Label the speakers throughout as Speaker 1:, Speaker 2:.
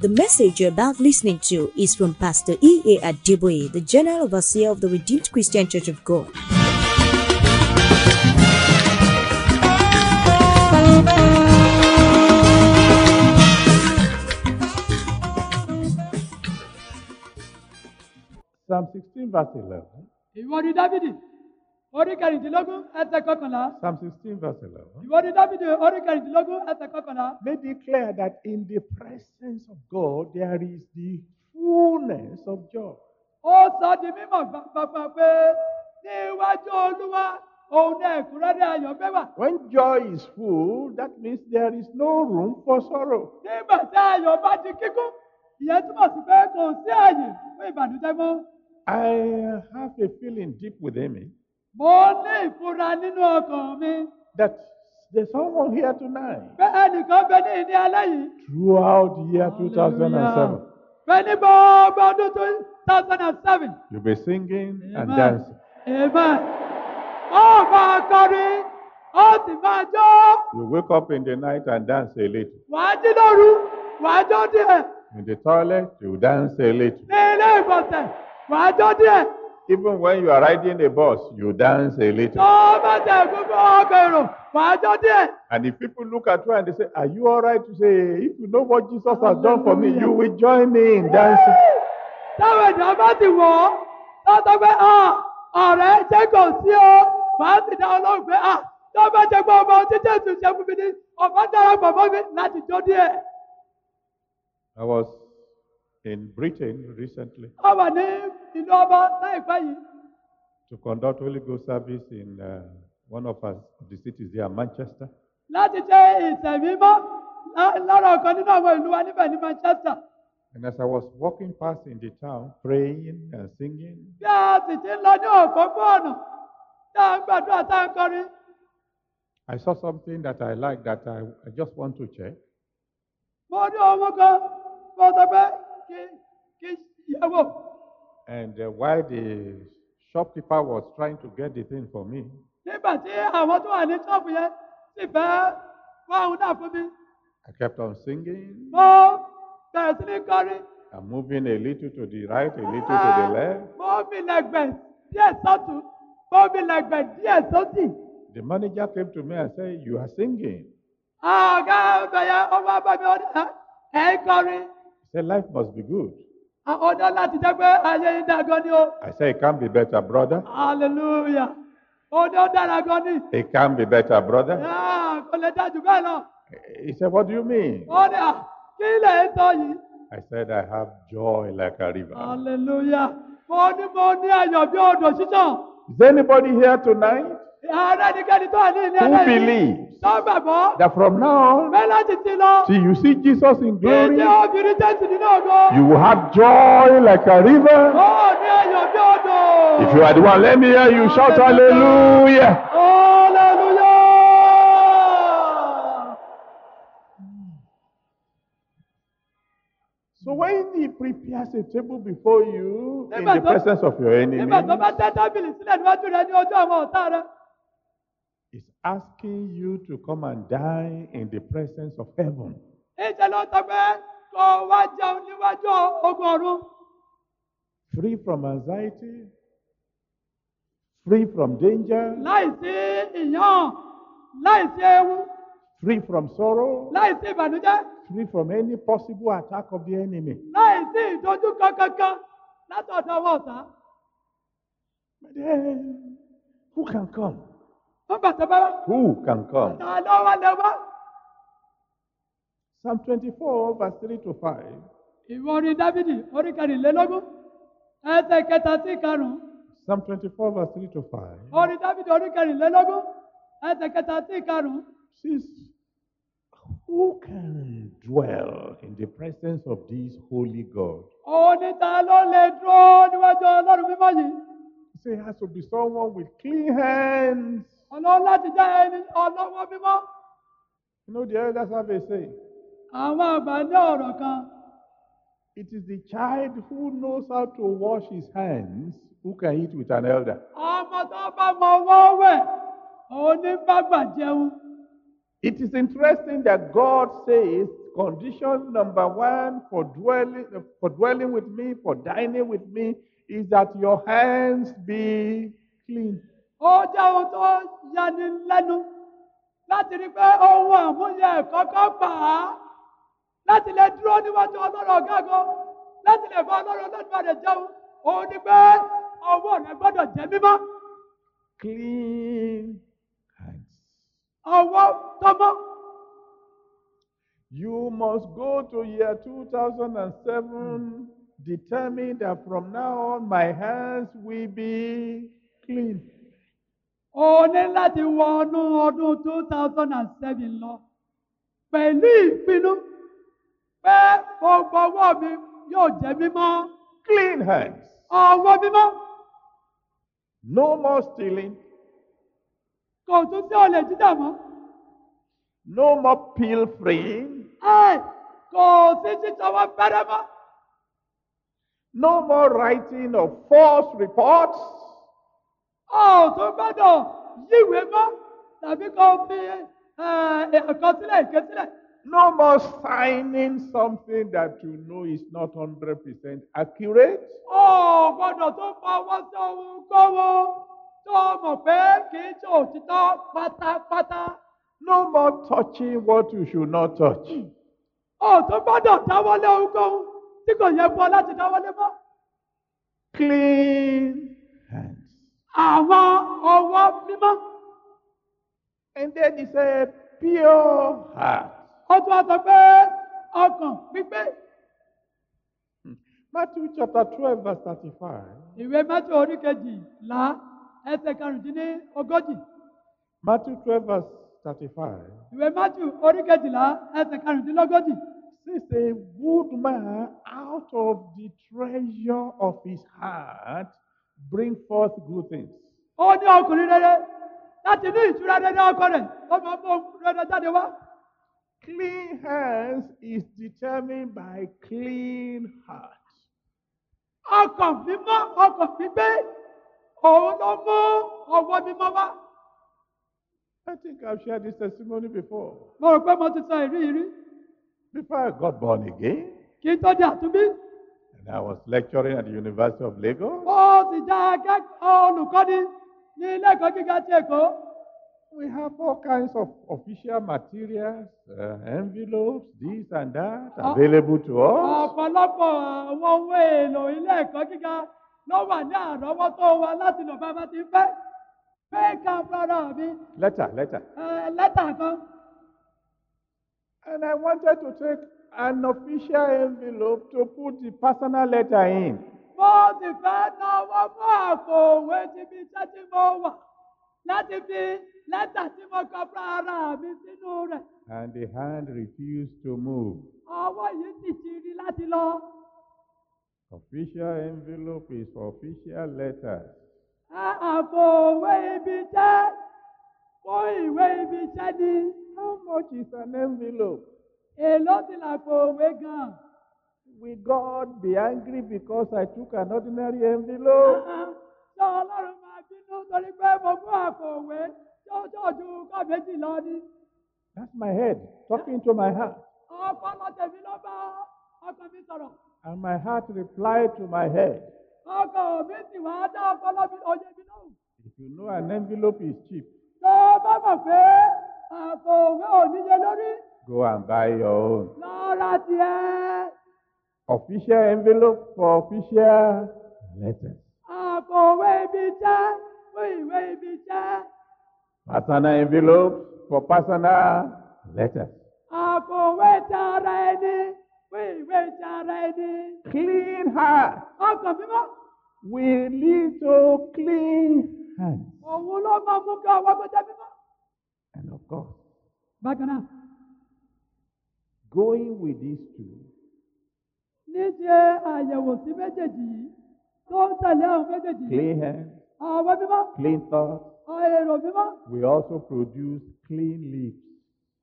Speaker 1: The message you're about listening to is from Pastor E.A. Adiboye, the General Overseer of the Redeemed Christian Church of God.
Speaker 2: Psalm 16, verse 11.
Speaker 3: ìwọ ni dávidi orí kẹrìndínlógún ẹsẹ kọkànlá
Speaker 2: Psalm 16, verse 11.
Speaker 3: ìwọ ni dávidi orí kẹrìndínlógún ẹsẹ kọkànlá
Speaker 2: Made it clear that in the presence of God, there is the fullness of joy.
Speaker 3: ó sọ di mímọ̀ gbàgbà pé níwájú olúwa òun ní ẹ̀kúnrẹ́rẹ́ ayọ̀ gbẹwà
Speaker 2: When joy is full, that means there is no room for sorrow.
Speaker 3: nígbà tí ayọ̀ bá di kíkún ìyẹn túmọ̀ sí pé kò sí àyè fún ìbànújẹ́ mọ́
Speaker 2: I have a feeling deep within me
Speaker 3: mo ní ìfura nínú ọkàn mi
Speaker 2: that there's someone here tonight
Speaker 3: pé ẹnìkan bẹ ní ìní alẹ́ yìí
Speaker 2: throughout the year 2007.
Speaker 3: pé ní gbogbo ọdún two thousand and seven.
Speaker 2: You'll be singing and
Speaker 3: Amen.
Speaker 2: dancing.
Speaker 3: Amen. Ó máa kọrin, ó sì máa jó.
Speaker 2: You wake up in the night and dance a little.
Speaker 3: Wàá jí lóru, wàá jó díẹ̀.
Speaker 2: In the toilet, you dance a little.
Speaker 3: Ní ilé ìgbọ̀nsẹ̀, wàá jó díẹ̀.
Speaker 2: Even when you are riding a bus, you dance a little.
Speaker 3: Tó bá tẹ̀ gbogbo ọkọ̀ èrò, wàá jó díẹ̀.
Speaker 2: And if people look at you and they say, Are you all right? You say, If you know what Jesus has done for me, you will join me in dancing.
Speaker 3: Táwọn ènìyàn bá ti wọ̀ ọ́, tó sọ pé "Ah, ọ̀rẹ́ ṣé kò sí o, màá sì dá ọlọ́run pé "Ah, tó bá jẹ pé ọmọ tí Jésù ṣe fún mi ní ọ̀bá darapọ̀ mọ́ mi láti jó díẹ̀.
Speaker 2: I was in Britain recently
Speaker 3: Ó wà ní ìlú ọba láìpẹ́ yìí.
Speaker 2: to conduct Holy Ghost service in uh, one of our, the cities there, Manchester.
Speaker 3: láti jẹ ìtẹ̀mímọ́ lá- lára ọ̀kan nínú àwọn ìlú wa níbẹ̀ ní Manchester.
Speaker 2: And as I was walking past in the town, praying and singing,
Speaker 3: Bí a sì ti ń lọ ní òpópónà tá a ń gbàdúrà tá a ń kọrin,
Speaker 2: I saw something that I liked that I, I just want to check.
Speaker 3: mo rí ohun kan mo sọ pé kí kí ìyàwó.
Speaker 2: And uh, while the shopkeeper was trying to get the thing for me,
Speaker 3: Nígbà tí àwọn tó wà ní ṣọ́ọ̀bù yẹn sì fẹ́ wá òun náà fún mi,
Speaker 2: I kept on singing.
Speaker 3: mo bẹ̀rẹ̀ sí ní kọrin.
Speaker 2: I'm moving a little to the right, a little to the left.
Speaker 3: Ah, Mo mi lẹ̀gbẹ̀ díẹ̀ sọ́tún, mo mi lẹ̀gbẹ̀ díẹ̀ sọ́sì.
Speaker 2: The manager came to me and said, You are singing.
Speaker 3: Ah, Ọ̀gá ọbẹ̀yẹ ọmọ abàmì ọ̀dà ẹ̀ ń kọrin.
Speaker 2: He said, Life must be good.
Speaker 3: Àwọn ọ̀dọ́ láti jẹ́ pé ayé yín dá gan ni o.
Speaker 2: I said, It can't be better, brother.
Speaker 3: Hallelujah. Ọ̀dọ́ dára gan ni.
Speaker 2: It can't be better, brother.
Speaker 3: Ah, Kò lè dájú bẹ́ẹ̀ lọ.
Speaker 2: He said, What do you mean?
Speaker 3: Ó ní à kí lè sọ yìí.
Speaker 2: I said, I have joy like a river.
Speaker 3: Hallelujah. Mo ní mo ní ayọ̀ bí odò ṣíṣàn.
Speaker 2: Is there anybody here tonight
Speaker 3: Ààrẹ nìkẹ́ni tó wà ní ilé
Speaker 2: who
Speaker 3: ẹlẹ́yìn.
Speaker 2: believes
Speaker 3: Tó gbàgbọ́.
Speaker 2: that from now on,
Speaker 3: Bẹ́ẹ̀ láti ti lọ.
Speaker 2: till you see Jesus in glory,
Speaker 3: Ìdí obìnrin Jésù nínú ògo.
Speaker 2: you will have joy like a river?
Speaker 3: Ó ní ayọ̀ bí odò.
Speaker 2: If you are the one, let me hear you shout hallelujah.
Speaker 3: Hallelujah.
Speaker 2: So when he prepares a table before you in
Speaker 3: Nígbà
Speaker 2: the
Speaker 3: tó-
Speaker 2: presence of your
Speaker 3: Nígbà tó bá
Speaker 2: enemy,
Speaker 3: tẹ́ tábìlì sílẹ̀ níwájú rẹ ní ojú àwọn ọ̀tá rẹ.
Speaker 2: is asking you to come and dine in the presence of heaven.
Speaker 3: Ìṣẹ̀ ló sọ pé kò wá jẹun níwájú ogun ọ̀run.
Speaker 2: Free from anxiety, free from danger,
Speaker 3: Láìsí ìyàn, láìsí ewu,
Speaker 2: free from sorrow,
Speaker 3: láìsí ìbànújẹ́,
Speaker 2: free from any possible attack of the enemy.
Speaker 3: láìsí ìdojúkọ kankan látọ̀dọ̀ àwọn ọ̀tá.
Speaker 2: But then, who can come?
Speaker 3: Wọ́n bàtà bá wá.
Speaker 2: Who can come?
Speaker 3: Ta ló wá lẹ wá?
Speaker 2: Psalm 24, verse 3 to 5.
Speaker 3: Ìwọ orin Dábìdì orí kẹrìnlélógún. Ẹsẹ̀ kẹta sí karùn-ún.
Speaker 2: Psalm 24, verse 3 to 5.
Speaker 3: Orin Dábìdì orí kẹrìnlélógún. Ẹsẹ̀ kẹta sí karùn-ún.
Speaker 2: Says, Who can dwell in the presence of this holy God?
Speaker 3: Òun ni ta ló lè dúró níwájú Ọlọ́run mímọ́ yìí?
Speaker 2: He said, It has to be someone with clean hands.
Speaker 3: Ọlọ́run láti jẹ́ ẹni ọlọ́wọ́ mímọ́.
Speaker 2: You know, the elders have a saying.
Speaker 3: Àwọn àgbà ní ọ̀rọ̀ kan.
Speaker 2: It is the child who knows how to wash his hands who can eat with an elder.
Speaker 3: Ọmọ tó bá mọ ọwọ́ wẹ̀, òun ní bàgbà jẹun.
Speaker 2: It is interesting that God says, condition number one for dwelling, for dwelling with me, for dining with me, is that your hands be clean.
Speaker 3: ó jẹ́ ohun tó yani lẹ́nu láti rí pé ohun àmúyẹ kọ́kọ́ gbà á láti lè dúró níwájú ọlọ́run ọ̀gágun láti lè bá ọlọ́run ọlọ́dúnrún rẹ̀ jẹun òun ni pé ọwọ́ rẹ̀ gbọ́dọ̀ jẹ́ mímọ́
Speaker 2: Clean hands.
Speaker 3: ọwọ́ tọ́mọ́
Speaker 2: You must go to year 2007 determined that from now on my hands will be clean.
Speaker 3: òun ní láti wọ ọdún ọdún two thousand and seven lọ pẹ̀lú ìpinnu pé gbogbo ọwọ́ mi yóò jẹ́ mímọ́
Speaker 2: Clean hands.
Speaker 3: ọwọ́ mímọ́
Speaker 2: No more stealing.
Speaker 3: kò tún sí olè jíjà mọ́.
Speaker 2: No more pilfering.
Speaker 3: Ẹ kò sí títọwọ́ fẹ́rẹ́ mọ́.
Speaker 2: No more writing of false reports. Oh,
Speaker 3: Ó tún gbọ́dọ̀ yíwèé mọ́ tàbí kò fi
Speaker 2: uh,
Speaker 3: àkọsílẹ̀ ìkẹsílẹ̀.
Speaker 2: No more signing something that you know is not 100% accurate.
Speaker 3: Ó gbọ́dọ̀ tún fọwọ́ sí ohunkóhun tó mọ̀ pé kì í ṣe òtítọ́ pátápátá.
Speaker 2: No more touching what you should not touch.
Speaker 3: Hmm. Ó tún gbọ́dọ̀ dáwọ́lé ohunkóhun tí kò yẹ fún ọ láti dáwọ́lé mọ́.
Speaker 2: Clean hands.
Speaker 3: Àwọn ọwọ́ mímọ́.
Speaker 2: And then he said, pure heart.
Speaker 3: Ó tún wá sọ pé ọkàn pípé.
Speaker 2: Matthew chapter 12, verse 35.
Speaker 3: Ìwé mẹ́tò orí kejìlá ẹsẹ̀ karùndínlógójì.
Speaker 2: Matthew 12, verse 35.
Speaker 3: ìwé matthew orí kejìlá ẹsẹ̀ karùndínlógójì
Speaker 2: Says a good man out of the treasure of his heart bring forth good things.
Speaker 3: ó ní ọkùnrin rere láti inú ìtura rere ọkọ rẹ̀ ó máa mú ohun rere jáde wá
Speaker 2: Clean hands is determined by clean heart.
Speaker 3: ọkàn mímọ́ ọkàn gbígbé òun ló mú ọwọ́ mímọ́ wá.
Speaker 2: I think I've shared this testimony before.
Speaker 3: mo rò pé mo ti sọ ìrírí rí
Speaker 2: Before I got born again,
Speaker 3: kí n tó di àtúnbí
Speaker 2: and I was lecturing at the University of Lagos,
Speaker 3: ó sì já akẹ́kọ̀ọ́ olùkọ́ni ní ilé ẹ̀kọ́ gíga ti èkó
Speaker 2: we have all kinds of official materials, uh, envelopes, this and that,
Speaker 3: Oh.
Speaker 2: available to us.
Speaker 3: uh, ọ̀pọ̀lọpọ̀ àwọn ohun èlò ilé ẹ̀kọ́ gíga ló wà ní àrọ́wọ́tó wa láti lọ bá bá ti fẹ́ fẹ́ ká fúnra mi
Speaker 2: Letter, letter.
Speaker 3: Ẹ, lẹ́tà kan.
Speaker 2: And I wanted to take an official envelope to put the personal letter in.
Speaker 3: Mo sì fẹ́ náwó fún àpò òwe ti fi iṣẹ́ tí mo wà láti fi lẹ́tà tí mo kọ fún ara mi sínú rẹ̀.
Speaker 2: And the hand refused to move.
Speaker 3: Ọwọ́ yìí sì ti rí láti lọ.
Speaker 2: Official envelope is for official letter.
Speaker 3: Ẹ, Àpò òwe ibi iṣẹ́ fún ìwé ibi iṣẹ́ ni.
Speaker 2: How much is an envelope?
Speaker 3: Èló ti làpò òwe gan-an.
Speaker 2: Will God be angry because I took an ordinary envelope?
Speaker 3: Ṣé Ọlọ́run máa bínú torí pé mo mú àpò òwe tí ó tó ju kọ́ méjì lọ ni?
Speaker 2: That's my head talking to my heart.
Speaker 3: Ọpọlọ tèmi ló bá ọkàn mi sọ̀rọ̀.
Speaker 2: And my heart replied to my head.
Speaker 3: ọkọ mi sì wá dá ọpọlọ mi oyè mi lóhùn.
Speaker 2: If you know an envelope is cheap,
Speaker 3: tó o bá mọ̀ pé àpò òwe ò níye lórí
Speaker 2: go and buy your own.
Speaker 3: lọ́ra tiẹ̀.
Speaker 2: Official envelope for official letter.
Speaker 3: àpò òwe ibi jẹ́ fún ìwé ibi jẹ́.
Speaker 2: Personal envelope for personal letter.
Speaker 3: àpò òwe ti ara ẹni fún ìwé ti ara ẹni.
Speaker 2: Clean heart
Speaker 3: ọkàn mímọ́
Speaker 2: will lead to clean hands.
Speaker 3: òun ló máa mú kí ọwọ́ gbọ́dọ̀ mímọ́.
Speaker 2: And of course,
Speaker 3: bákan náà
Speaker 2: going with these two
Speaker 3: níṣe àyẹ̀wò sí méjèèjì yìí tó ń tẹ̀lé àwọn méjèèjì yìí.
Speaker 2: clean hands,
Speaker 3: ọwọ́ mímọ́
Speaker 2: clean thoughts,
Speaker 3: èrò mímọ́.
Speaker 2: we also produce clean lips.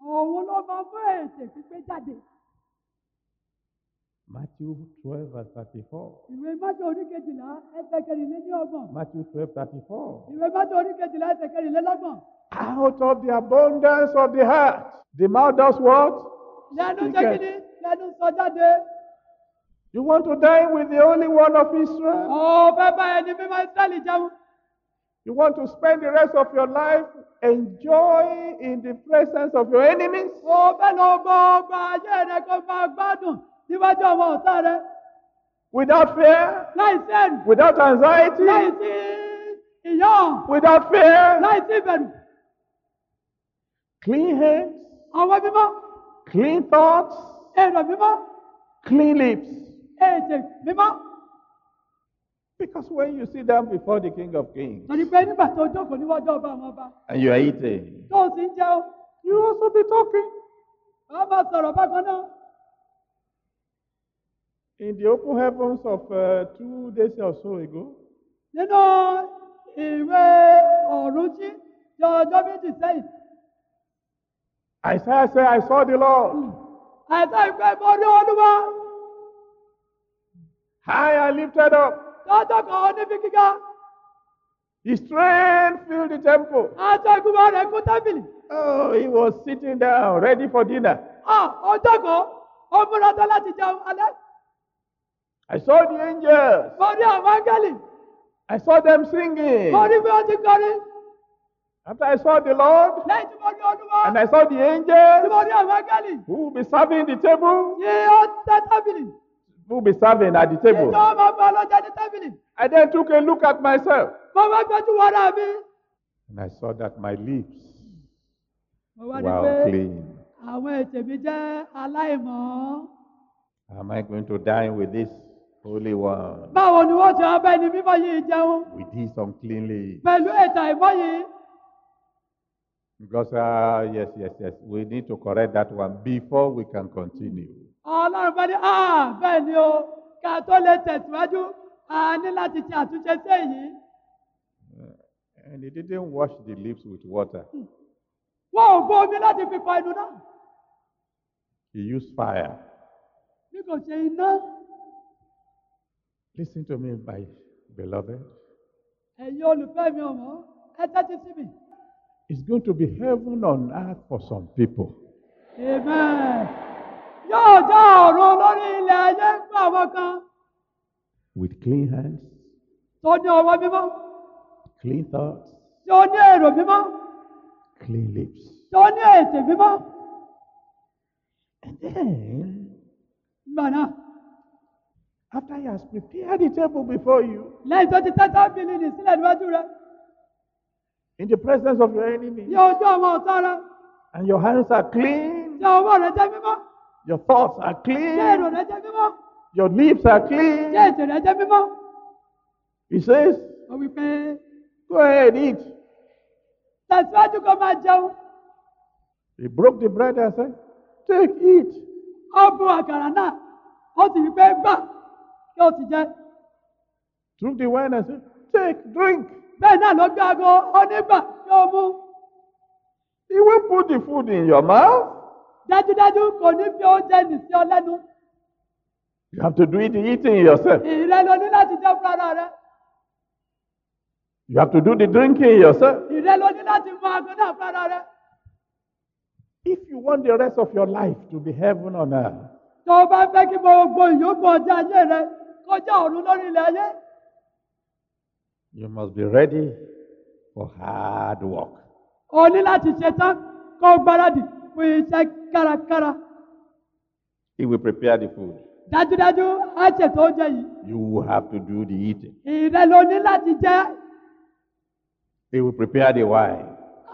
Speaker 3: òun ló máa mú ètè pípé jáde
Speaker 2: Matthew 12, verse 34.
Speaker 3: ìwé mọ́tò oríkejìlá ẹsẹ̀ kẹrìnlélọ́gbọ̀n
Speaker 2: Matthew 12, 34.
Speaker 3: ìwé mọ́tò oríkejìlá ẹsẹ̀ kẹrìnlélọ́gbọ̀n
Speaker 2: Out of the abundance of the heart, the mouth does what?
Speaker 3: lẹ́nu
Speaker 2: Speak
Speaker 3: jẹ́
Speaker 2: it.
Speaker 3: kíni lẹ́nu sọ jáde.
Speaker 2: You want to dine with the Holy One of Israel?
Speaker 3: ọ̀fẹ́ bá ẹni mímọ́ Ísírẹ́lì jẹun.
Speaker 2: You want to spend the rest of your life enjoying in the presence of your enemies?
Speaker 3: ọ̀fẹ́ lọ bọ ọgbà ayé rẹ kó máa gbádùn níwájú àwọn ọ̀tá rẹ.
Speaker 2: Without fear?
Speaker 3: láì sí ẹ̀rù
Speaker 2: Without
Speaker 3: láì
Speaker 2: anxiety?
Speaker 3: sí ìyọ́
Speaker 2: Without fear?
Speaker 3: láì sí ìbẹ̀rù.
Speaker 2: Clean hands?
Speaker 3: àwọn mímọ́
Speaker 2: Clean thoughts?
Speaker 3: èrò mímọ́
Speaker 2: Clean lips?
Speaker 3: ètè mímọ́.
Speaker 2: Because when you sit down before the King of Kings
Speaker 3: torí pé nígbà tó jókòó níwájú ọba àwọn ọba
Speaker 2: and you are eating,
Speaker 3: tó o sì ń jẹun
Speaker 2: you also be talking.
Speaker 3: wàá máa sọ̀rọ̀ bákan náà.
Speaker 2: In the open heavens of uh, two days or so ago,
Speaker 3: nínú ìwé ọ̀run sí ní ọjọ́ méjì sẹ́yìn
Speaker 2: Isaiah said, I saw the Lord.
Speaker 3: àìsàn ìpè mo rí olúwa
Speaker 2: High and lifted up.
Speaker 3: lọ́jọ́ kan níbi gíga
Speaker 2: His strength filled the temple.
Speaker 3: aṣọ ìgbìmọ̀ rẹ̀ kún tábìlì
Speaker 2: Oh, he was sitting down, ready for dinner.
Speaker 3: à ọjọ́ kan ó múra tán láti jẹun alẹ́
Speaker 2: I saw the angels.
Speaker 3: mo rí àwọn áńgẹ́lì
Speaker 2: I saw them singing.
Speaker 3: mo rí bí wọ́n ti kọrin
Speaker 2: After I saw the Lord
Speaker 3: lẹ́yìn tí mo rí olúwa
Speaker 2: and I saw the
Speaker 3: tí mo
Speaker 2: angels
Speaker 3: rí àwọn áńgẹ́lì
Speaker 2: who will be serving the table,
Speaker 3: ní ó tẹ́ tábìlì
Speaker 2: who will be serving at the
Speaker 3: ìjọ
Speaker 2: table.
Speaker 3: máa bá ọlọ́jà ní tábìlì
Speaker 2: I then took a look at myself
Speaker 3: mo bá gbẹ́jú wọ́ra mi.
Speaker 2: and I saw that my lips
Speaker 3: mo wá ní
Speaker 2: were
Speaker 3: pé
Speaker 2: clean.
Speaker 3: àwọn ètè mi jẹ́ aláìmọ́.
Speaker 2: Am I going to dine with this Holy One,
Speaker 3: báwo ni wọ́n ti ọba ẹni mímọ́ yìí jẹun
Speaker 2: with his unclean lips?
Speaker 3: pẹ̀lú ètò àìmọ́ yìí.
Speaker 2: Because, ah, yes, yes, yes, we need to correct that one before we can continue.
Speaker 3: ọlọ́run bá ní "Ah, bẹ́ẹ̀ ni o ká tó lè tẹ̀síwájú a ní láti ṣe àtúnṣe sí èyí.
Speaker 2: And he didn't wash the lips with water,
Speaker 3: wọn ò gbọ́ omi láti fi fọ inú náà
Speaker 2: he used fire.
Speaker 3: bí kò ṣe iná.
Speaker 2: Listen to me, my beloved.
Speaker 3: ẹ̀yin olùfẹ́ mi ọ̀mọ́ ẹ tẹ́tí sí mi.
Speaker 2: It's going to be heaven on earth for some people.
Speaker 3: amen. yóò jẹ́ ọ̀run lórí ilẹ̀ ayé fún àwọn kan
Speaker 2: With clean hands,
Speaker 3: tó ní ọwọ́ mímọ́
Speaker 2: clean thoughts,
Speaker 3: tí ó ní èrò mímọ́
Speaker 2: clean lips.
Speaker 3: tí ó ní ètè mímọ́.
Speaker 2: And then,
Speaker 3: nígbà náà
Speaker 2: after he has prepared the table before you,
Speaker 3: lẹ́yìn tó ti tẹ́ tábìlì nì sílẹ̀ níwájú rẹ̀.
Speaker 2: in the presence of your enemy,
Speaker 3: yóò jẹ́ ọmọ ọ̀tá rẹ
Speaker 2: and your hands are clean,
Speaker 3: tí ọwọ́ rẹ jẹ́ mímọ́
Speaker 2: your thoughts are
Speaker 3: tí èrò
Speaker 2: clean,
Speaker 3: rẹ jẹ́ mímọ́
Speaker 2: your lips are
Speaker 3: tí
Speaker 2: clean,
Speaker 3: ètò rẹ jẹ́ mímọ́.
Speaker 2: he says,
Speaker 3: ó wí pé
Speaker 2: Go ahead, eat.
Speaker 3: tẹ̀síwájú kó máa jẹun
Speaker 2: He broke the bread and said, Take, eat.
Speaker 3: ó bu àkàrà náà ó sì wí pé gbà kí ó sì jẹ.
Speaker 2: Took the wine and said, Take, drink.
Speaker 3: bẹ́ẹ̀ náà ló gbé aago ó ní gbà kí ó mu
Speaker 2: He will put the food in your mouth.
Speaker 3: dájúdájú kò ní fi oúnjẹ nì sí ọ lẹ́nu
Speaker 2: You have to do it eating yourself.
Speaker 3: ìrẹ ló ní láti jẹ fún ara rẹ
Speaker 2: You have to do the drinking yourself.
Speaker 3: ìrẹ ló ní láti mu aago náà fún ara rẹ.
Speaker 2: If you want the rest of your life to be heaven on earth,
Speaker 3: tó o bá fẹ́ kí gbogbo ìyókù ọjọ́ ayé rẹ kọjá ọ̀run lórí ilẹ̀ ayé
Speaker 2: you must be ready for hard work.
Speaker 3: o ní láti ṣetán kó o gbáradì fún iṣẹ́ kárakára.
Speaker 2: He will prepare the food.
Speaker 3: dájúdájú á ṣètò oúnjẹ yìí
Speaker 2: You will have to do the eating.
Speaker 3: ìrẹ ló ní láti jẹ
Speaker 2: He will prepare the wine.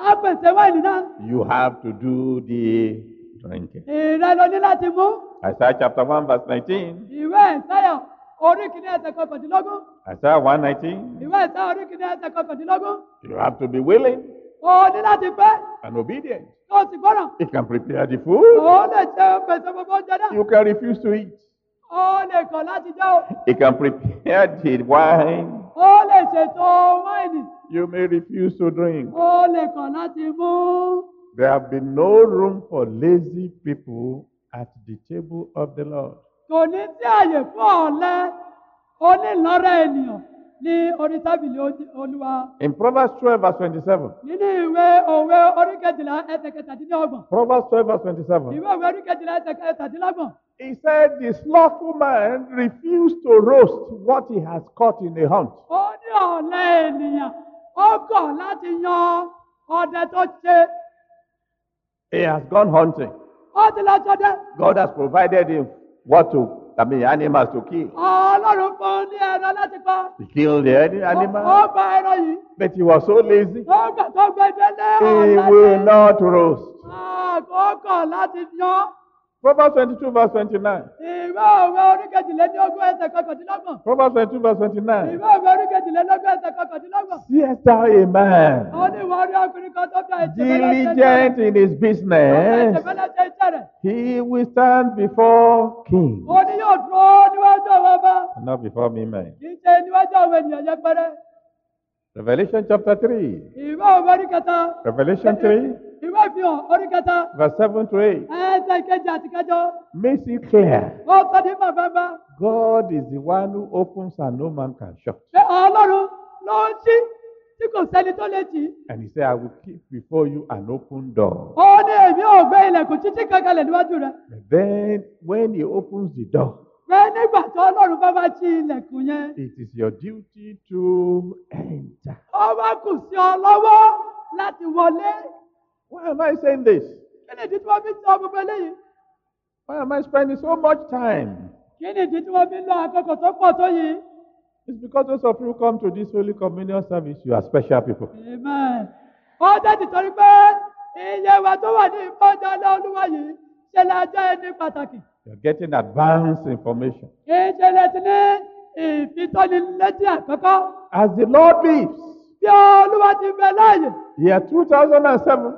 Speaker 3: á pèsè wáìnì náà
Speaker 2: You have to do the drinking.
Speaker 3: ìrẹ ló ní láti mú
Speaker 2: Isaiah chapter 1, verse 19.
Speaker 3: ìwé ìsáyà orí kìíní ẹsẹ̀ kọkàndínlógún
Speaker 2: Isaiah 119.
Speaker 3: ìwé ìsáyà orí kìíní ẹsẹ̀ kọkàndínlógún
Speaker 2: You have to be willing
Speaker 3: o ní láti fẹ́
Speaker 2: and obedient.
Speaker 3: kó o sì gbọ́ràn
Speaker 2: He can prepare the food.
Speaker 3: o lè ṣe pèsè gbogbo oúnjẹ náà
Speaker 2: You can refuse to eat.
Speaker 3: o lè kọ̀ láti jẹ
Speaker 2: He can prepare the wine.
Speaker 3: o o lè ṣètò wáìnì
Speaker 2: You may refuse to drink.
Speaker 3: o lè kọ̀ láti mú
Speaker 2: There have been no room for lazy people at the table of the Lord.
Speaker 3: kò ní sí àyè fún ọ̀lẹ onílọ́rẹ̀ ènìyàn ní orí tábìlì ojú- olúwa.
Speaker 2: In Proverbs 12, verse 27.
Speaker 3: Nínú ìwé òwe orí kejìlá ẹsẹ̀ kẹtàdínlọ́gbọ̀n.
Speaker 2: Proverbs 12, verse 27.
Speaker 3: Ìwé òwe orí kejìlá ẹsẹ̀ kẹtàdínlọ́gbọ̀n.
Speaker 2: He said, The slothful man refused to roast what he has caught in a hunt.
Speaker 3: Ó ní ọ̀lẹ ènìyàn. Ó kọ̀ láti yan ọdẹ tó ṣe.
Speaker 2: He has gone hunting.
Speaker 3: Ó ti lọ sọdẹ.
Speaker 2: God has provided him what to, I mean, animals to kill.
Speaker 3: Ọlọ́run fún un ní ẹran láti pa.
Speaker 2: He killed the any-
Speaker 3: Ó
Speaker 2: animal,
Speaker 3: ó pa ẹran yìí.
Speaker 2: but he was so lazy,
Speaker 3: Ó gbà tó gbẹ délé
Speaker 2: he
Speaker 3: ọ̀lẹ.
Speaker 2: will not roast.
Speaker 3: Àgọ́ kọ̀ láti yan.
Speaker 2: Proverbs 22, verse 29.
Speaker 3: Ìwé òwe orí kejìlélógún ẹsẹ̀ kọkàndínlọ́gbọ̀n.
Speaker 2: Proverbs 22, verse 29.
Speaker 3: Ìwé òwe orí kejìlélógún ẹsẹ̀ kọkàndínlọ́gbọ̀n.
Speaker 2: Seest thou a man
Speaker 3: Ó ní ìwọ rí ọkùnrin kan tó fẹ́
Speaker 2: diligent in his business?
Speaker 3: ìṣẹ̀fẹ́lẹ́sẹ̀ iṣẹ́ rẹ̀.
Speaker 2: He will stand before kings,
Speaker 3: Ó ní yóò dúró níwájú àwọn ọba.
Speaker 2: not before me, man.
Speaker 3: Kì í ṣe níwájú àwọn ènìyàn yẹpẹrẹ.
Speaker 2: Revelation chapter 3.
Speaker 3: Ìwé òwe orí kẹta.
Speaker 2: Revelation 3,
Speaker 3: Ìwé ìfihàn orí kẹta.
Speaker 2: verse 7 to 8.
Speaker 3: Ẹsẹ̀ ìkejì àti kẹjọ.
Speaker 2: Makes it clear
Speaker 3: Ó sọ ní bàbá
Speaker 2: God is the one who opens and no man can shut.
Speaker 3: pé Ọlọ́run ló ń ṣí tí kò sẹ́ni tó lè tì í.
Speaker 2: And he said, I will keep before you an open door.
Speaker 3: Ó ní èmi ò gbé ilẹ̀kùn títí kankan lè níwájú rẹ̀.
Speaker 2: But then, when he opens the door,
Speaker 3: pé nígbà tó ọlọ́run bá bá ti ilẹ̀kùn yẹn
Speaker 2: it is your duty to enter.
Speaker 3: ó wá kù sí ọ lọ́wọ́ láti wọlé
Speaker 2: Why am I saying this?
Speaker 3: kí ni ìdí tí wọ́n fi ń sọ gbogbo eléyìí
Speaker 2: Why am I spending so much time?
Speaker 3: kí ni ìdí tí wọ́n fi ń lo àkókò tó pọ̀ tó yìí.
Speaker 2: It's because those of you who come to this Holy Communion service, you are special people.
Speaker 3: Amen. ó tẹ́tí torí pé iye wa tó wà ní ìfọ́jà olúwa yìí ṣe la jẹ́ ẹni pàtàkì
Speaker 2: You're getting advanced information.
Speaker 3: kì í ṣe lẹ́tí ní ìfitónilétí àkọ́kọ́
Speaker 2: As the Lord lives,
Speaker 3: bí olúwa ti bẹ láàyè
Speaker 2: year 2007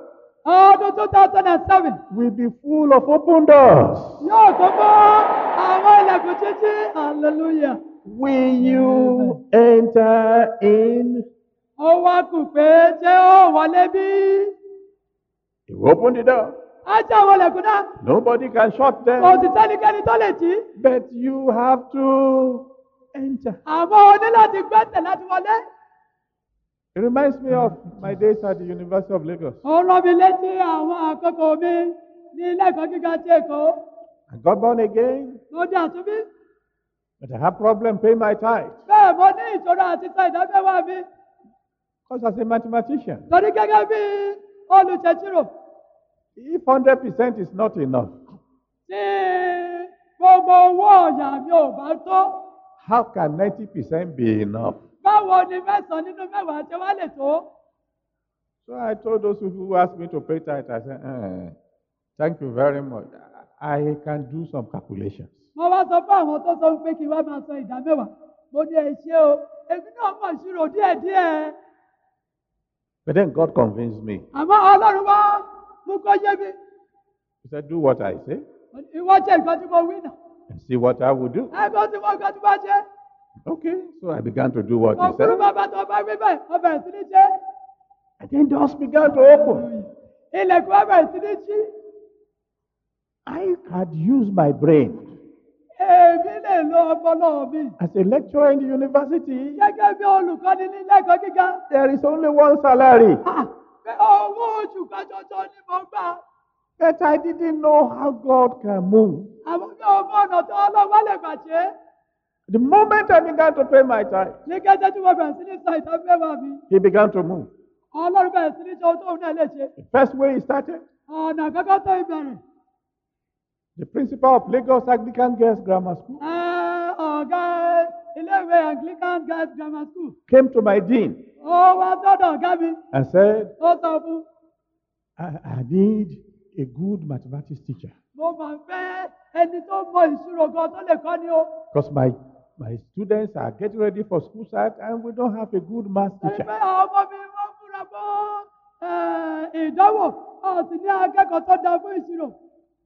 Speaker 3: ọdún two thousand and seven
Speaker 2: will be full of open doors.
Speaker 3: yóò tó mọ́ àwọn ilẹ̀kùn títí hallelujah.
Speaker 2: Will you enter in?
Speaker 3: ó wá kù pé ṣé ó wọlé bí.
Speaker 2: He will open the door.
Speaker 3: á jẹ́ àwọn ọlẹ́kùn náà
Speaker 2: Nobody can shut
Speaker 3: kò
Speaker 2: them.
Speaker 3: sì sẹ́nikẹ́ni tó lè jí.
Speaker 2: But you have to enter.
Speaker 3: àmọ́ o ní láti gbẹ́sẹ̀ láti wọlé.
Speaker 2: It reminds me of my days at the University of Lagos.
Speaker 3: ó rán mi létí àwọn àkókò mi ní ilé ẹ̀kọ́ gíga ti èkó
Speaker 2: I got born again,
Speaker 3: lóde àtúbí.
Speaker 2: but I have problem paying my tithe.
Speaker 3: bẹ́ẹ̀ mo ní ìṣòro àti sọ ìdámẹ́wàá mi
Speaker 2: Because as a mathematician,
Speaker 3: torí gẹ́gẹ́ bí olùṣèṣirò
Speaker 2: if 100% is not enough,
Speaker 3: tí gbogbo owó ọ̀yà mi ò bá tó.
Speaker 2: how can 90% be enough?
Speaker 3: báwo ni mẹ́sàn-án nínú mẹ́wàá ṣe wá lè tó.
Speaker 2: So I told those people who asked me to pay tithe, I said, eh, thank you very much. I can do some calculations.
Speaker 3: mo wá sọ fún àwọn tó sọ wípé kí wá máa sọ ìdá mẹ́wàá mo ní ẹ ṣé o èmi náà mọ̀ ìṣirò díẹ̀díẹ̀
Speaker 2: But then God convinced me.
Speaker 3: àmọ́ ọlọ́run wá mú kó yé mi
Speaker 2: He said, do what I say
Speaker 3: Mo ní, ìwọ ṣe nǹkan tí mo wí nà
Speaker 2: and see what I will do.
Speaker 3: ẹ bó ti mọ nǹkan tí wọ́n ṣe
Speaker 2: Okay, so I began to do what
Speaker 3: mo
Speaker 2: he
Speaker 3: kúrú
Speaker 2: said.
Speaker 3: bàbá tó bá wí bẹ́ẹ̀ mo bẹ̀rẹ̀ sí ní ṣe
Speaker 2: And then doors began to open.
Speaker 3: ilẹ̀kùn wa bẹ̀rẹ̀ sí ní ṣí
Speaker 2: I had used my brain
Speaker 3: èmi lè lo ọpọlọ mi
Speaker 2: as a lecturer in the university.
Speaker 3: gẹ́gẹ́ bí olùkọ́ni nílé ẹ̀kọ́ gíga
Speaker 2: There is only one salary.
Speaker 3: Ah, pé owó oṣù kan ṣoṣo ni mo gbà
Speaker 2: But I didn't know how God can move.
Speaker 3: àmọ́ mi ò mọ ọ̀nà tó ọlọ́wọ́ lè gbà ṣe é
Speaker 2: The moment I began to pay my tithe,
Speaker 3: ní kẹ́tẹ́ tí mo bẹ̀rẹ̀ sí ní sọ ìdá mẹ́wàá mi.
Speaker 2: He began to move.
Speaker 3: ọlọ́run bẹ̀rẹ̀ sí ní ṣe ohun tóun náà lè ṣe
Speaker 2: The first way He started,
Speaker 3: ọ̀nà kankan tó ìbẹ̀rẹ̀
Speaker 2: the principal of Lagos Anglican Girls Grammar School
Speaker 3: Ẹ́, ọ̀gá iléèwé anglican girls grammar school
Speaker 2: came to my dean
Speaker 3: ó wá sọ́dọ̀ ọ̀gá mi
Speaker 2: and said,
Speaker 3: ó sọ fún un,
Speaker 2: I, I need a good mathematics teacher
Speaker 3: mo máa ń fẹ́ ẹni tó mọ ìṣirò gan tó lè kọ́ ni o
Speaker 2: because my, my students are getting ready for school start and we don't have a good math
Speaker 3: torí pé
Speaker 2: teacher.
Speaker 3: àwọn ọmọ mi wọ́n fúnra mọ́ ìdánwò a sì ní akẹ́kọ̀ọ́ tó dáa fún ìṣirò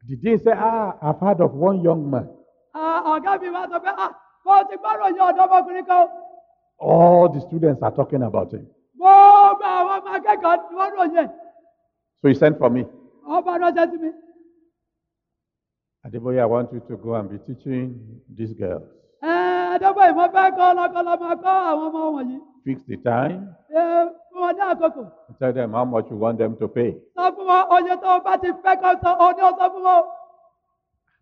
Speaker 2: The dean said, Ah, I've heard of one young man.
Speaker 3: Ah, ọ̀gá mi wá sọ pé ah mo ti gbọ́dọ̀ yan ọ̀dọ́mọkùnrin kan o."
Speaker 2: All the students are talking about him.
Speaker 3: gbogbo àwọn ọmọ akẹ́kọ̀ọ́ ni wọ́n ròyìn ẹ̀.
Speaker 2: So he sent for me.
Speaker 3: ọba ránṣẹ́ sí mi.
Speaker 2: Adeboye, I want you to go and be teaching these girls.
Speaker 3: ẹ ẹ̀ẹ́dẹ́gbẹ́ ìmọ̀ fẹ́ kọ́ ọlọ́kọ́lọ́ máa kọ́ àwọn ọmọ wọ̀nyí.
Speaker 2: Fix the time.
Speaker 3: ṣe fún wọn ní àkókò.
Speaker 2: and Tell them how much you want them to pay.
Speaker 3: sọ fún wọn oye tó o bá ti fẹ́ kọ́ sọ o ní o sọ fún wọn.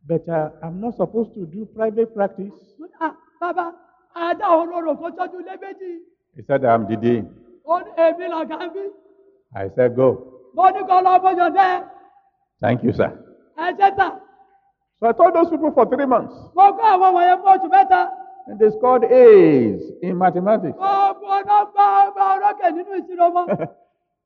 Speaker 2: But uh, I'm not supposed to do private practice.
Speaker 3: Mo ní, "Ah, bàbá àdá òun ló rò kó tọ́jú lé méjì.
Speaker 2: He said, I'm Didi.
Speaker 3: ó ní èmi lọ̀gá ń bí.
Speaker 2: I said, go.
Speaker 3: mo ní kọ́ lọ bójú dẹ́
Speaker 2: Thank you, sir.
Speaker 3: ẹ ṣe tà.
Speaker 2: So I taught those people for three months.
Speaker 3: mo kọ́ àwọn wọ̀nyẹn fún oṣù mẹ́ta.
Speaker 2: And they scored A's in mathematics.
Speaker 3: mo bu ọ̀nà gba ọgbà orókè nínú ìṣirò wọn.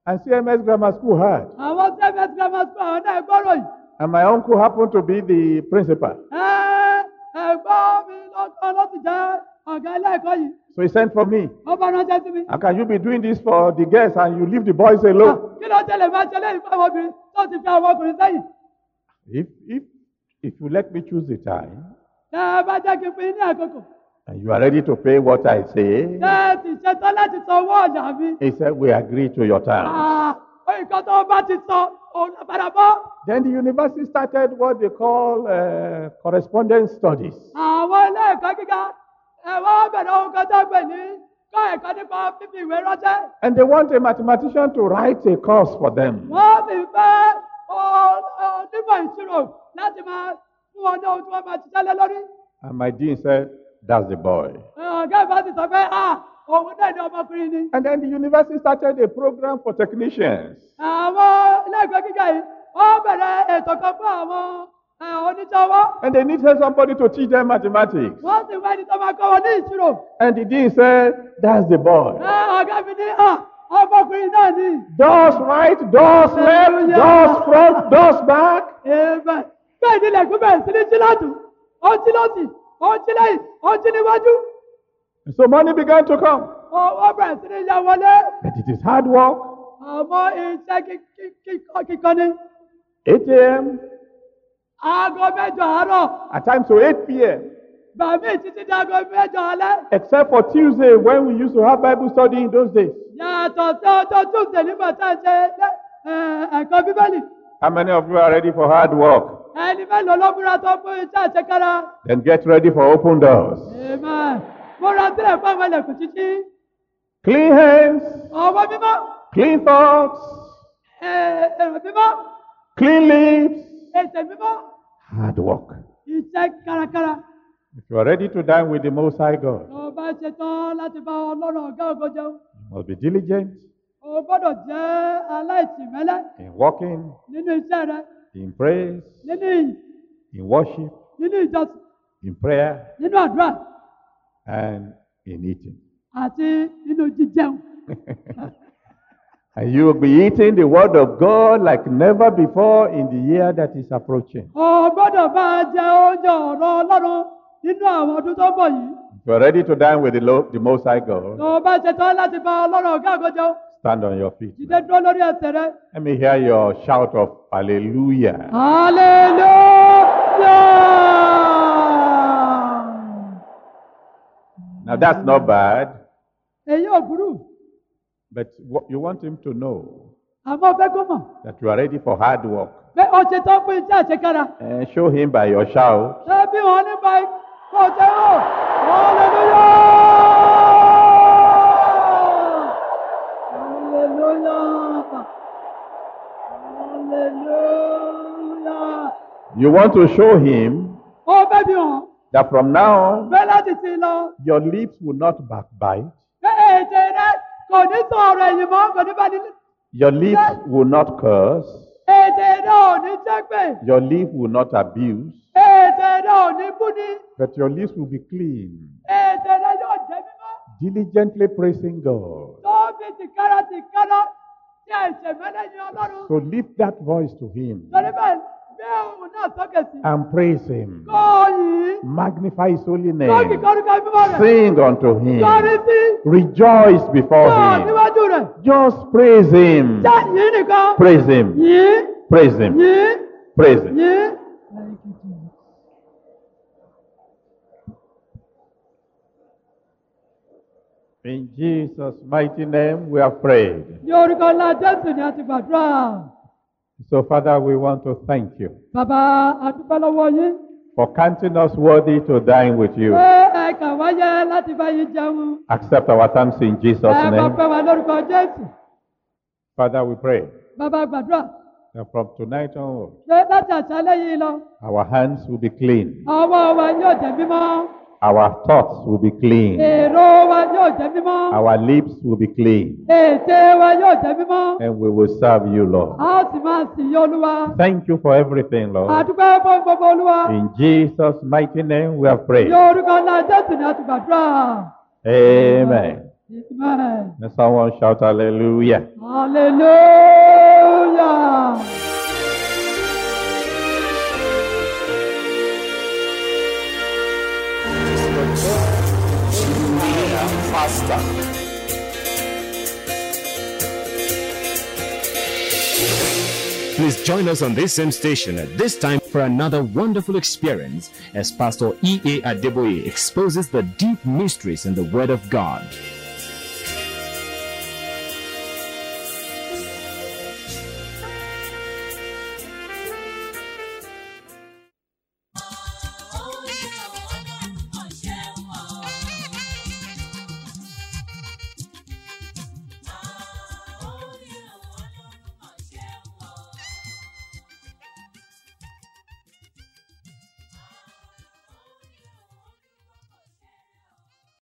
Speaker 2: and CMS Grammar School had.
Speaker 3: àwọn sms grammar school àwọn náà gbọ́rọ̀ yìí.
Speaker 2: And my uncle happened to be the principal.
Speaker 3: Ẹ́, ẹ̀gbọ́n mi lọ́kọ́ ló ti jẹ́ ọ̀gá ilé ẹ̀kọ́ yìí.
Speaker 2: So he sent for me.
Speaker 3: wọ́n bá ránṣẹ́ sí mi.
Speaker 2: How can you be doing this for the girls and you leave the boys alone?
Speaker 3: Ah, kí ló tẹ̀lé máa ṣe lẹ́yìn fáwọn obìnrin tó ti fi àwọn ọkùnrin sẹ́yìn.
Speaker 2: If, if, if you let me choose the time
Speaker 3: tẹ́ ẹ bá jẹ́ kí n pín ní àkókò.
Speaker 2: and you are ready to pay what I say,
Speaker 3: tẹ́ ẹ ti ṣetán láti san owó ọ̀yà mi.
Speaker 2: he said, We agree to your time.
Speaker 3: Ah, nǹkan tó o bá ti sọ òun ló padà bọ́.
Speaker 2: Then the university started what they call uh, correspondence studies.
Speaker 3: àwọn ilé ẹ̀kọ́ gíga ẹ wọ́n bẹ̀rẹ̀ ohun kan tó gbè ní kọ́ ẹ̀kọ́ nípa fífi ìwé ránṣẹ́.
Speaker 2: And they want a mathematician to write a course for them.
Speaker 3: wọ́n sì fẹ́ ọ- onímọ̀ ìṣirò láti máa fún wọn ní ohun tí wọ́n máa ṣiṣẹ́ lé lórí.
Speaker 2: And my dean said, That's the boy.
Speaker 3: ọ̀gá ìbá ti sọ pé ah òun náà ni ọmọkùnrin ni.
Speaker 2: And then the university started a program for technicians.
Speaker 3: àwọn ilé ẹ̀kọ́ gíga yìí wọ́n bẹ̀rẹ̀ ètò kan fún àwọn eh, oníṣẹ́ ọwọ́.
Speaker 2: And they needed somebody to teach them mathematics.
Speaker 3: wọ́n sì wá ẹni tó máa kọ́ wọn ní ìṣirò.
Speaker 2: And the dean said, That's the boy.
Speaker 3: Eh, ọ̀gá mi ní ah ọmọkùnrin náà ni.
Speaker 2: Doors right, doors left, doors front, doors back.
Speaker 3: Ẹ̀ẹ̀mẹ̀, bẹ́ẹ̀ ni ilẹ̀kùn bẹ̀rẹ̀ sí ní sílọ́ọ̀tù ó ń sílọ́ọ̀tì ó ń sílẹ̀yìn ó ń sí níwájú
Speaker 2: And so money began to come.
Speaker 3: owó bẹ̀rẹ̀ sí ní ya wọlé
Speaker 2: But it is hard work.
Speaker 3: àmọ́ iṣẹ́ kí- kí- kíkọ́ kíkọ́ ni
Speaker 2: 8 a.m.
Speaker 3: aago mẹ́jọ àárọ̀
Speaker 2: at times to 8 p.m.
Speaker 3: bàmí títí di aago mẹ́jọ alẹ́
Speaker 2: Except for Tuesday when we used to have Bible study in those days.
Speaker 3: yàtọ̀ sí ọjọ́ túnṣe nígbà tá à ń ṣe ẹ- ẹ- ẹ̀kọ́ bíbélì
Speaker 2: How many of you are ready for hard work?
Speaker 3: ẹni mélòó ló múra tó fún iṣẹ́ àṣekára
Speaker 2: Then get ready for open doors.
Speaker 3: Àmín. múra sílẹ̀ fún àwọn ilẹ̀kùn títí
Speaker 2: Clean hands,
Speaker 3: ọwọ́ mímọ́
Speaker 2: clean thoughts,
Speaker 3: ẹ- èrò mímọ́
Speaker 2: clean lips,
Speaker 3: ètè mímọ́.
Speaker 2: hard work.
Speaker 3: iṣẹ́ kárakára.
Speaker 2: If you are ready to dine with the Most High God,
Speaker 3: Tó o bá ṣe tán láti bá ọlọ́run ọ̀gá ògo jẹun,
Speaker 2: you must be diligent
Speaker 3: o gbọ́dọ̀ jẹ́ aláìsìmẹ́lẹ́
Speaker 2: in walking,
Speaker 3: nínú iṣẹ́ rẹ,
Speaker 2: in praise,
Speaker 3: nínú ìyìn,
Speaker 2: in worship,
Speaker 3: nínú ìjọsìn,
Speaker 2: in prayer,
Speaker 3: nínú àdúrà
Speaker 2: and in eating.
Speaker 3: àti nínú jíjẹun.
Speaker 2: And you will be eating the Word of God like never before in the year that is approaching.
Speaker 3: O gbọ́dọ̀ máa jẹ oúnjẹ ọ̀rọ̀ ọlọ́run nínú àwọn ọdún tó ń bọ̀ yìí.
Speaker 2: If you are ready to dine with the, Lord, the Most High God,
Speaker 3: Tó o bá ṣe tán láti bá ọlọ́run ọ̀gá ògo jẹun,
Speaker 2: stand on your feet.
Speaker 3: dìde dúró lórí ẹsẹ̀ rẹ.
Speaker 2: Let me hear your shout of Hallelujah.
Speaker 3: Hallelujah!
Speaker 2: Now that's not bad,
Speaker 3: Èyí ò burú,
Speaker 2: but what you want him to know
Speaker 3: àmọ́ fẹ́ kó mọ̀.
Speaker 2: that you are ready for hard work.
Speaker 3: pé ó ṣe tán fún iṣẹ́ àṣekára.
Speaker 2: And show him by your shout
Speaker 3: ṣé bí wọn nípa kó ṣe hàn hallelujah hallelujah hallelujah.
Speaker 2: You want to show him
Speaker 3: ó fẹ́ bí wọn
Speaker 2: that from now on,
Speaker 3: fẹ́ láti ti lọ
Speaker 2: your lips will not backbite,
Speaker 3: pé èdè rẹ kò ní sọ ọ̀rọ̀ ẹ̀yìn mọ́ kò ní bá ní.
Speaker 2: your lips will not curse,
Speaker 3: èdè rẹ ò ní ṣépè
Speaker 2: your lips will not abuse,
Speaker 3: èdè rẹ ò ní búni
Speaker 2: but your lips will be clean,
Speaker 3: èdè rẹ yóò jẹ́ mímọ́.
Speaker 2: diligently praising God.
Speaker 3: tọ́ọ̀bì tìkára tìkára tí ẹ̀ṣẹ̀ mẹ́lẹ̀ ní ọlọ́run.
Speaker 2: So lift that voice to him
Speaker 3: torí bẹ́ẹ̀ bí òun náà sókè sí.
Speaker 2: and praise him.
Speaker 3: kọ́ yìí
Speaker 2: Magnify his holy
Speaker 3: lókì
Speaker 2: name.
Speaker 3: kọ́ríkọ́ mímọ́ rẹ̀.
Speaker 2: Sing unto
Speaker 3: sọ́ọ́rí
Speaker 2: him.
Speaker 3: sí
Speaker 2: Rejoice before
Speaker 3: náà
Speaker 2: him.
Speaker 3: níwájú rẹ̀.
Speaker 2: Just praise him.
Speaker 3: jẹ́ yìí nìkan.
Speaker 2: Praise him.
Speaker 3: yìí
Speaker 2: Praise him.
Speaker 3: yìí
Speaker 2: Praise him.
Speaker 3: yìí.
Speaker 2: In Jesus' mighty name, we are prayed.
Speaker 3: ní orúkọ ńlá jésù ni a ti gbàdúrà.
Speaker 2: So, Father, we want to thank you
Speaker 3: bàbá a dúpẹ́ lọ́wọ́ yín.
Speaker 2: for counting us worthy to dine with you.
Speaker 3: pé ẹ ẹ kà wáyé láti báyìí jẹun.
Speaker 2: Accept our thanks in Jesus'
Speaker 3: Ẹ máa
Speaker 2: name.
Speaker 3: pẹ́ wa lórúkọ Jésù.
Speaker 2: Father, we pray
Speaker 3: Bàbá gbàdúrà
Speaker 2: that from tonight onward,
Speaker 3: ṣé láti àṣálẹ́ yìí lọ,
Speaker 2: our hands will be clean,
Speaker 3: ọwọ́ wa yóò jẹ́ mímọ́,
Speaker 2: our thoughts will be clean,
Speaker 3: èrò wa yóò jẹ́ mímọ́,
Speaker 2: our lips will be clean,
Speaker 3: ète wa yóò jẹ́ mímọ́,
Speaker 2: and we will serve you, Lord.
Speaker 3: a ó sì máa sìn yín Olúwa.
Speaker 2: Thank you for everything, Lord.
Speaker 3: Àdúgbò fún gbogbo Olúwa.
Speaker 2: In Jesus' mighty name we have prayed.
Speaker 3: Yóò orúkọ ńlá Jésù ni a ti gbàdúrà.
Speaker 2: Amen.
Speaker 3: Amen.
Speaker 2: And someone shout hallelujah.
Speaker 3: Hallelujah.
Speaker 4: Please join us on this same station at this time for another wonderful E experience as Pastor E.A. Adeboye exposes the deep mysteries in the Word of God.